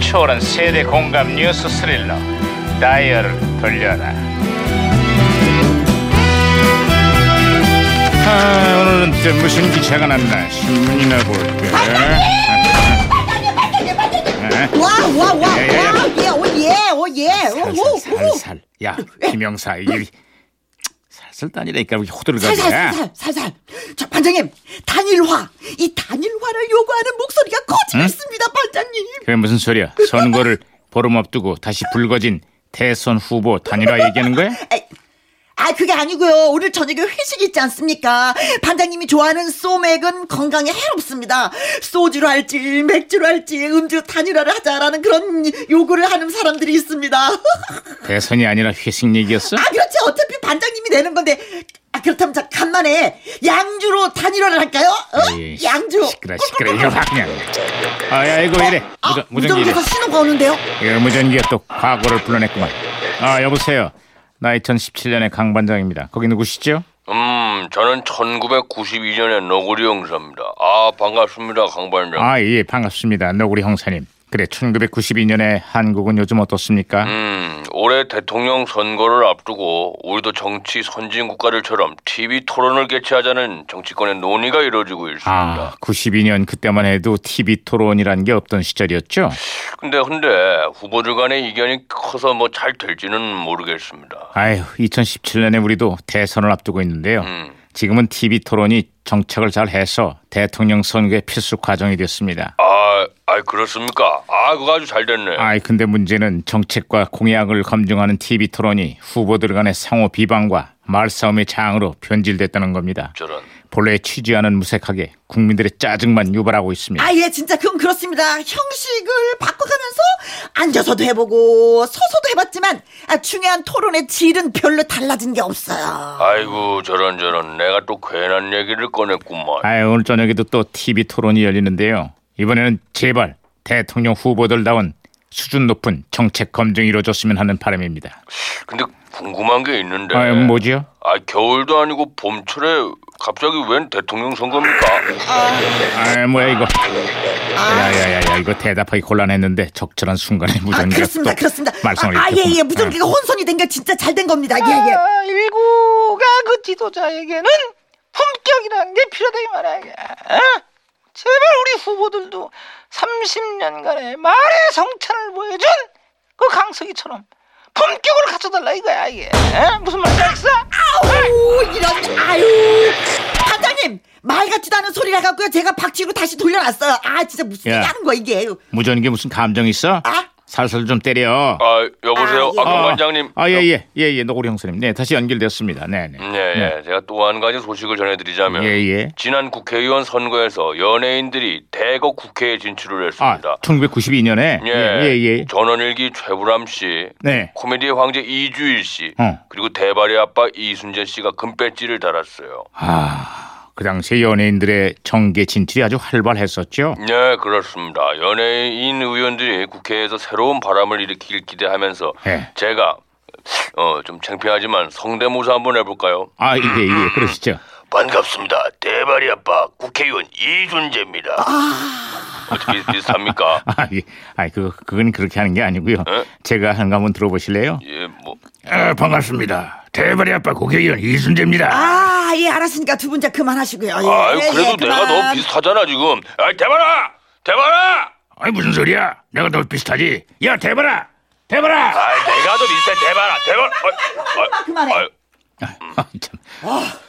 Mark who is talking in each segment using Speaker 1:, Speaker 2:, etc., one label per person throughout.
Speaker 1: 초월한 세대 공감 뉴스 스릴러 다이얼을 돌려라 아, 오늘은 또 무슨 기사가 났나 신문이나
Speaker 2: 아, 예,
Speaker 1: 볼까
Speaker 2: 와와와 와.
Speaker 1: 예, 예, 예.
Speaker 2: 예, 오 예, 오 예. 오, 오, 오.
Speaker 1: 살살살살 야 김영사 이게 살살 다니라니까 왜 호들갑이야
Speaker 2: 살살 살살. 자, 반장님. 단일화. 이 단일화를 요구하는 목소리가 커지고
Speaker 1: 음?
Speaker 2: 있습니다, 반장님.
Speaker 1: 그게 무슨 소리야? 선거를 보름 앞두고 다시 불거진 대선 후보 단일화 얘기하는 거야?
Speaker 2: 에이, 아, 그게 아니고요. 오늘 저녁에 회식 있지 않습니까? 반장님이 좋아하는 소맥은 건강에 해롭습니다. 소주로 할지 맥주로 할지 음주 단일화를 하자라는 그런 요구를 하는 사람들이 있습니다.
Speaker 1: 대선이 아니라 회식 얘기였어?
Speaker 2: 아 그렇지 어차피 반장님이 내는 건데 아 그렇다면 자 간만에 양주로 단일화를 할까요? 어?
Speaker 1: 에이,
Speaker 2: 양주
Speaker 1: 예, 시끄러 시끄러 이거 봐 그냥 아야 이거 왜 이래
Speaker 2: 아,
Speaker 1: 무전, 예. 무전기
Speaker 2: 무전기에서 신호가 오는데요
Speaker 1: 이래 이거 무전기가 또 과거를 불러냈구만 아 여보세요 나 2017년의 강반장입니다 거기 누구시죠?
Speaker 3: 음, 저는 1992년의 너구리 형사입니다. 아, 반갑습니다, 강반장.
Speaker 1: 아 예 반갑습니다 너구리 형사님 그래 1992년에 한국은 요즘 어떻습니까?
Speaker 3: 음, 올해 대통령 선거를 앞두고 우리도 정치 선진 국가들처럼 TV 토론을 개최하자는 정치권의 논의가 이루어지고 있습니다.
Speaker 1: 아 92년 그때만 해도 TV 토론이란 게 없던 시절이었죠?
Speaker 3: 근데 근데 후보들 간의 이견이 커서 뭐 잘 될지는 모르겠습니다.
Speaker 1: 아휴, 2017년에 우리도 대선을 앞두고 있는데요.
Speaker 3: 음.
Speaker 1: 지금은 TV 토론이 정착을 잘 해서 대통령 선거의 필수 과정이 됐습니다.
Speaker 3: 아, 아 그렇습니까? 아, 그거 아주 잘 됐네.
Speaker 1: 아이, 근데 문제는 정책과 공약을 검증하는 TV 토론이 후보들 간의 상호 비방과 말싸움의 장으로 변질됐다는 겁니다.
Speaker 3: 저런.
Speaker 1: 본래의 취지와는 무색하게 국민들의 짜증만 유발하고 있습니다.
Speaker 2: 아 예 진짜 그건 그렇습니다 형식을 바꿔가면서 앉아서도 해보고 서서도 해봤지만 아, 중요한 토론의 질은 별로 달라진 게 없어요
Speaker 3: 아이고, 저런 저런. 내가 또 괜한 얘기를 꺼냈구만.
Speaker 1: 아이, 오늘 저녁에도 또 TV 토론이 열리는데요. 이번에는 제발 대통령 후보들다운 수준 높은 정책 검증이 이루어졌으면 하는 바람입니다.
Speaker 3: 근데 궁금한 게 있는데.
Speaker 1: 아, 뭐지요?
Speaker 3: 아 겨울도 아니고 봄철에 갑자기 웬 대통령 선거입니까?
Speaker 1: 아 뭐야 이거 야야야야 이거 대답하기 곤란했는데 적절한 순간에
Speaker 2: 아
Speaker 1: 무전기가
Speaker 2: 그렇습니다
Speaker 1: 또
Speaker 2: 그렇습니다
Speaker 1: 말썽을
Speaker 2: 아예예
Speaker 1: 일으켰구나.
Speaker 2: 무전기가 혼선이 된 게 진짜 잘 된 겁니다 예예
Speaker 4: 아, 일구가 그 지도자에게는 품격이라는 게 필요다 이 말이야. 어? 제발 우리 후보들도 30년간의 말의 성찬을 보여준 그 강석이처럼 품격을 갖춰달라 이거야 이게. 어? 무슨 말인지 알겠어?
Speaker 2: 아우 이런 아유 반장님 말 같지도 않은 소리를 해갖고요 제가 박치고 다시 돌려놨어요 아 진짜 무슨
Speaker 3: 예.
Speaker 1: 야.
Speaker 2: 얘기 하는 거야 이게
Speaker 1: 무전기 무슨 감정 있어?
Speaker 2: 아.
Speaker 1: 살살 좀 때려 어.
Speaker 3: 아 여보세요,
Speaker 2: 아,
Speaker 3: 아, 강반장님.
Speaker 1: 예. 아예예예예 노고리 형사님 네 다시 연결됐습니다
Speaker 3: 음,
Speaker 1: 네네
Speaker 3: 예, 예. 제가 또 한 가지 소식을 전해드리자면
Speaker 1: 예예
Speaker 3: 지난 국회의원 선거에서 연예인들이 대거 국회에
Speaker 1: 아
Speaker 3: 진출을 했습니다.
Speaker 1: 1992년에
Speaker 3: 예,
Speaker 1: 예예
Speaker 3: 전원일기 최불암 씨,
Speaker 1: 네
Speaker 3: 코미디의 황제 이주일 씨,
Speaker 1: 어.
Speaker 3: 그리고 대발의 아빠 이순재 씨가 금배지를 달았어요.
Speaker 1: 아, 그 당시 연예인들의 정계 진출이 아주 활발했었죠
Speaker 3: 네, 그렇습니다. 연예인 의원들이 국회에서 새로운 바람을 일으키길 기대하면서
Speaker 1: 예.
Speaker 3: 제가 어, 좀 창피하지만 성대모사 한번 해볼까요?
Speaker 1: 아 예예 그러시죠
Speaker 3: 반갑습니다. 대발이 아빠 국회의원 이준재입니다.
Speaker 2: 아.
Speaker 3: 어떻게 비슷합니까?
Speaker 1: 아, 예. 아 그, 그건 그렇게 하는 게 아니고요 제가 한가 한번 들어보실래요?
Speaker 3: 예, 뭐
Speaker 1: 아, 반갑습니다. 대발의 아빠 국회의원 이순재입니다.
Speaker 2: 아 예 알았으니까 두 분 자 그만하시고요 예,
Speaker 3: 아, 그래도
Speaker 2: 예,
Speaker 3: 내가
Speaker 2: 그만.
Speaker 3: 너무 비슷하잖아 지금. 아, 대발아, 대발아.
Speaker 1: 아니 무슨 소리야? 내가 더 비슷하지? 야 대발아, 대발아.
Speaker 3: 아, 내가 더 비슷해. 대발아, 대발. 아, 아,
Speaker 2: 그만해.
Speaker 3: 아,
Speaker 1: 아, 참.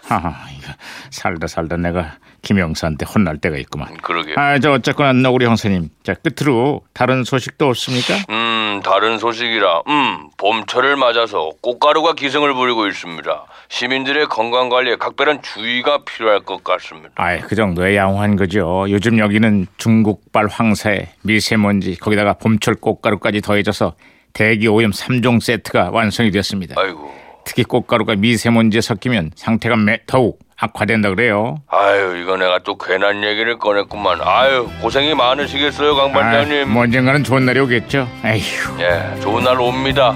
Speaker 1: 아, 이거 살다 살다 내가 김영사한테 혼날 때가 있구만.
Speaker 3: 그러게.
Speaker 1: 아, 저 어쨌거나 너구리 형사님, 자 끝으로 다른 소식도 없습니까?
Speaker 3: 음, 다른 소식이라, 음, 봄철을 맞아서 꽃가루가 기승을 부리고 있습니다. 시민들의 건강 관리에 각별한 주의가 필요할 것 같습니다.
Speaker 1: 아이 그 정도의 양호한 거죠. 요즘 여기는 중국발 황사에 미세먼지 거기다가 봄철 꽃가루까지 더해져서 대기 오염 3종 세트가 완성이 됐습니다.
Speaker 3: 아이고,
Speaker 1: 특히 꽃가루가 미세먼지에 섞이면 상태가 매, 더욱 악화된다 그래요.
Speaker 3: 아유, 이거 내가 또 괜한 얘기를 꺼냈구만. 아유, 고생이 많으시겠어요, 강
Speaker 1: 아이,
Speaker 3: 반장님.
Speaker 1: 뭐 언젠가는 좋은 날이 오겠죠. 에휴.
Speaker 3: 예, 좋은 날 옵니다.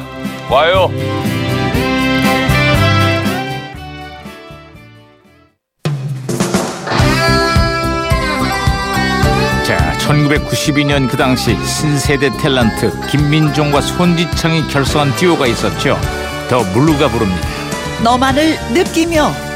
Speaker 3: 와요.
Speaker 1: 자, 1992년 그 당시 신세대 탤런트 김민종과 손지창이 결성한 듀오가 있었죠. 더 블루가 부릅니다.
Speaker 2: 너만을 느끼며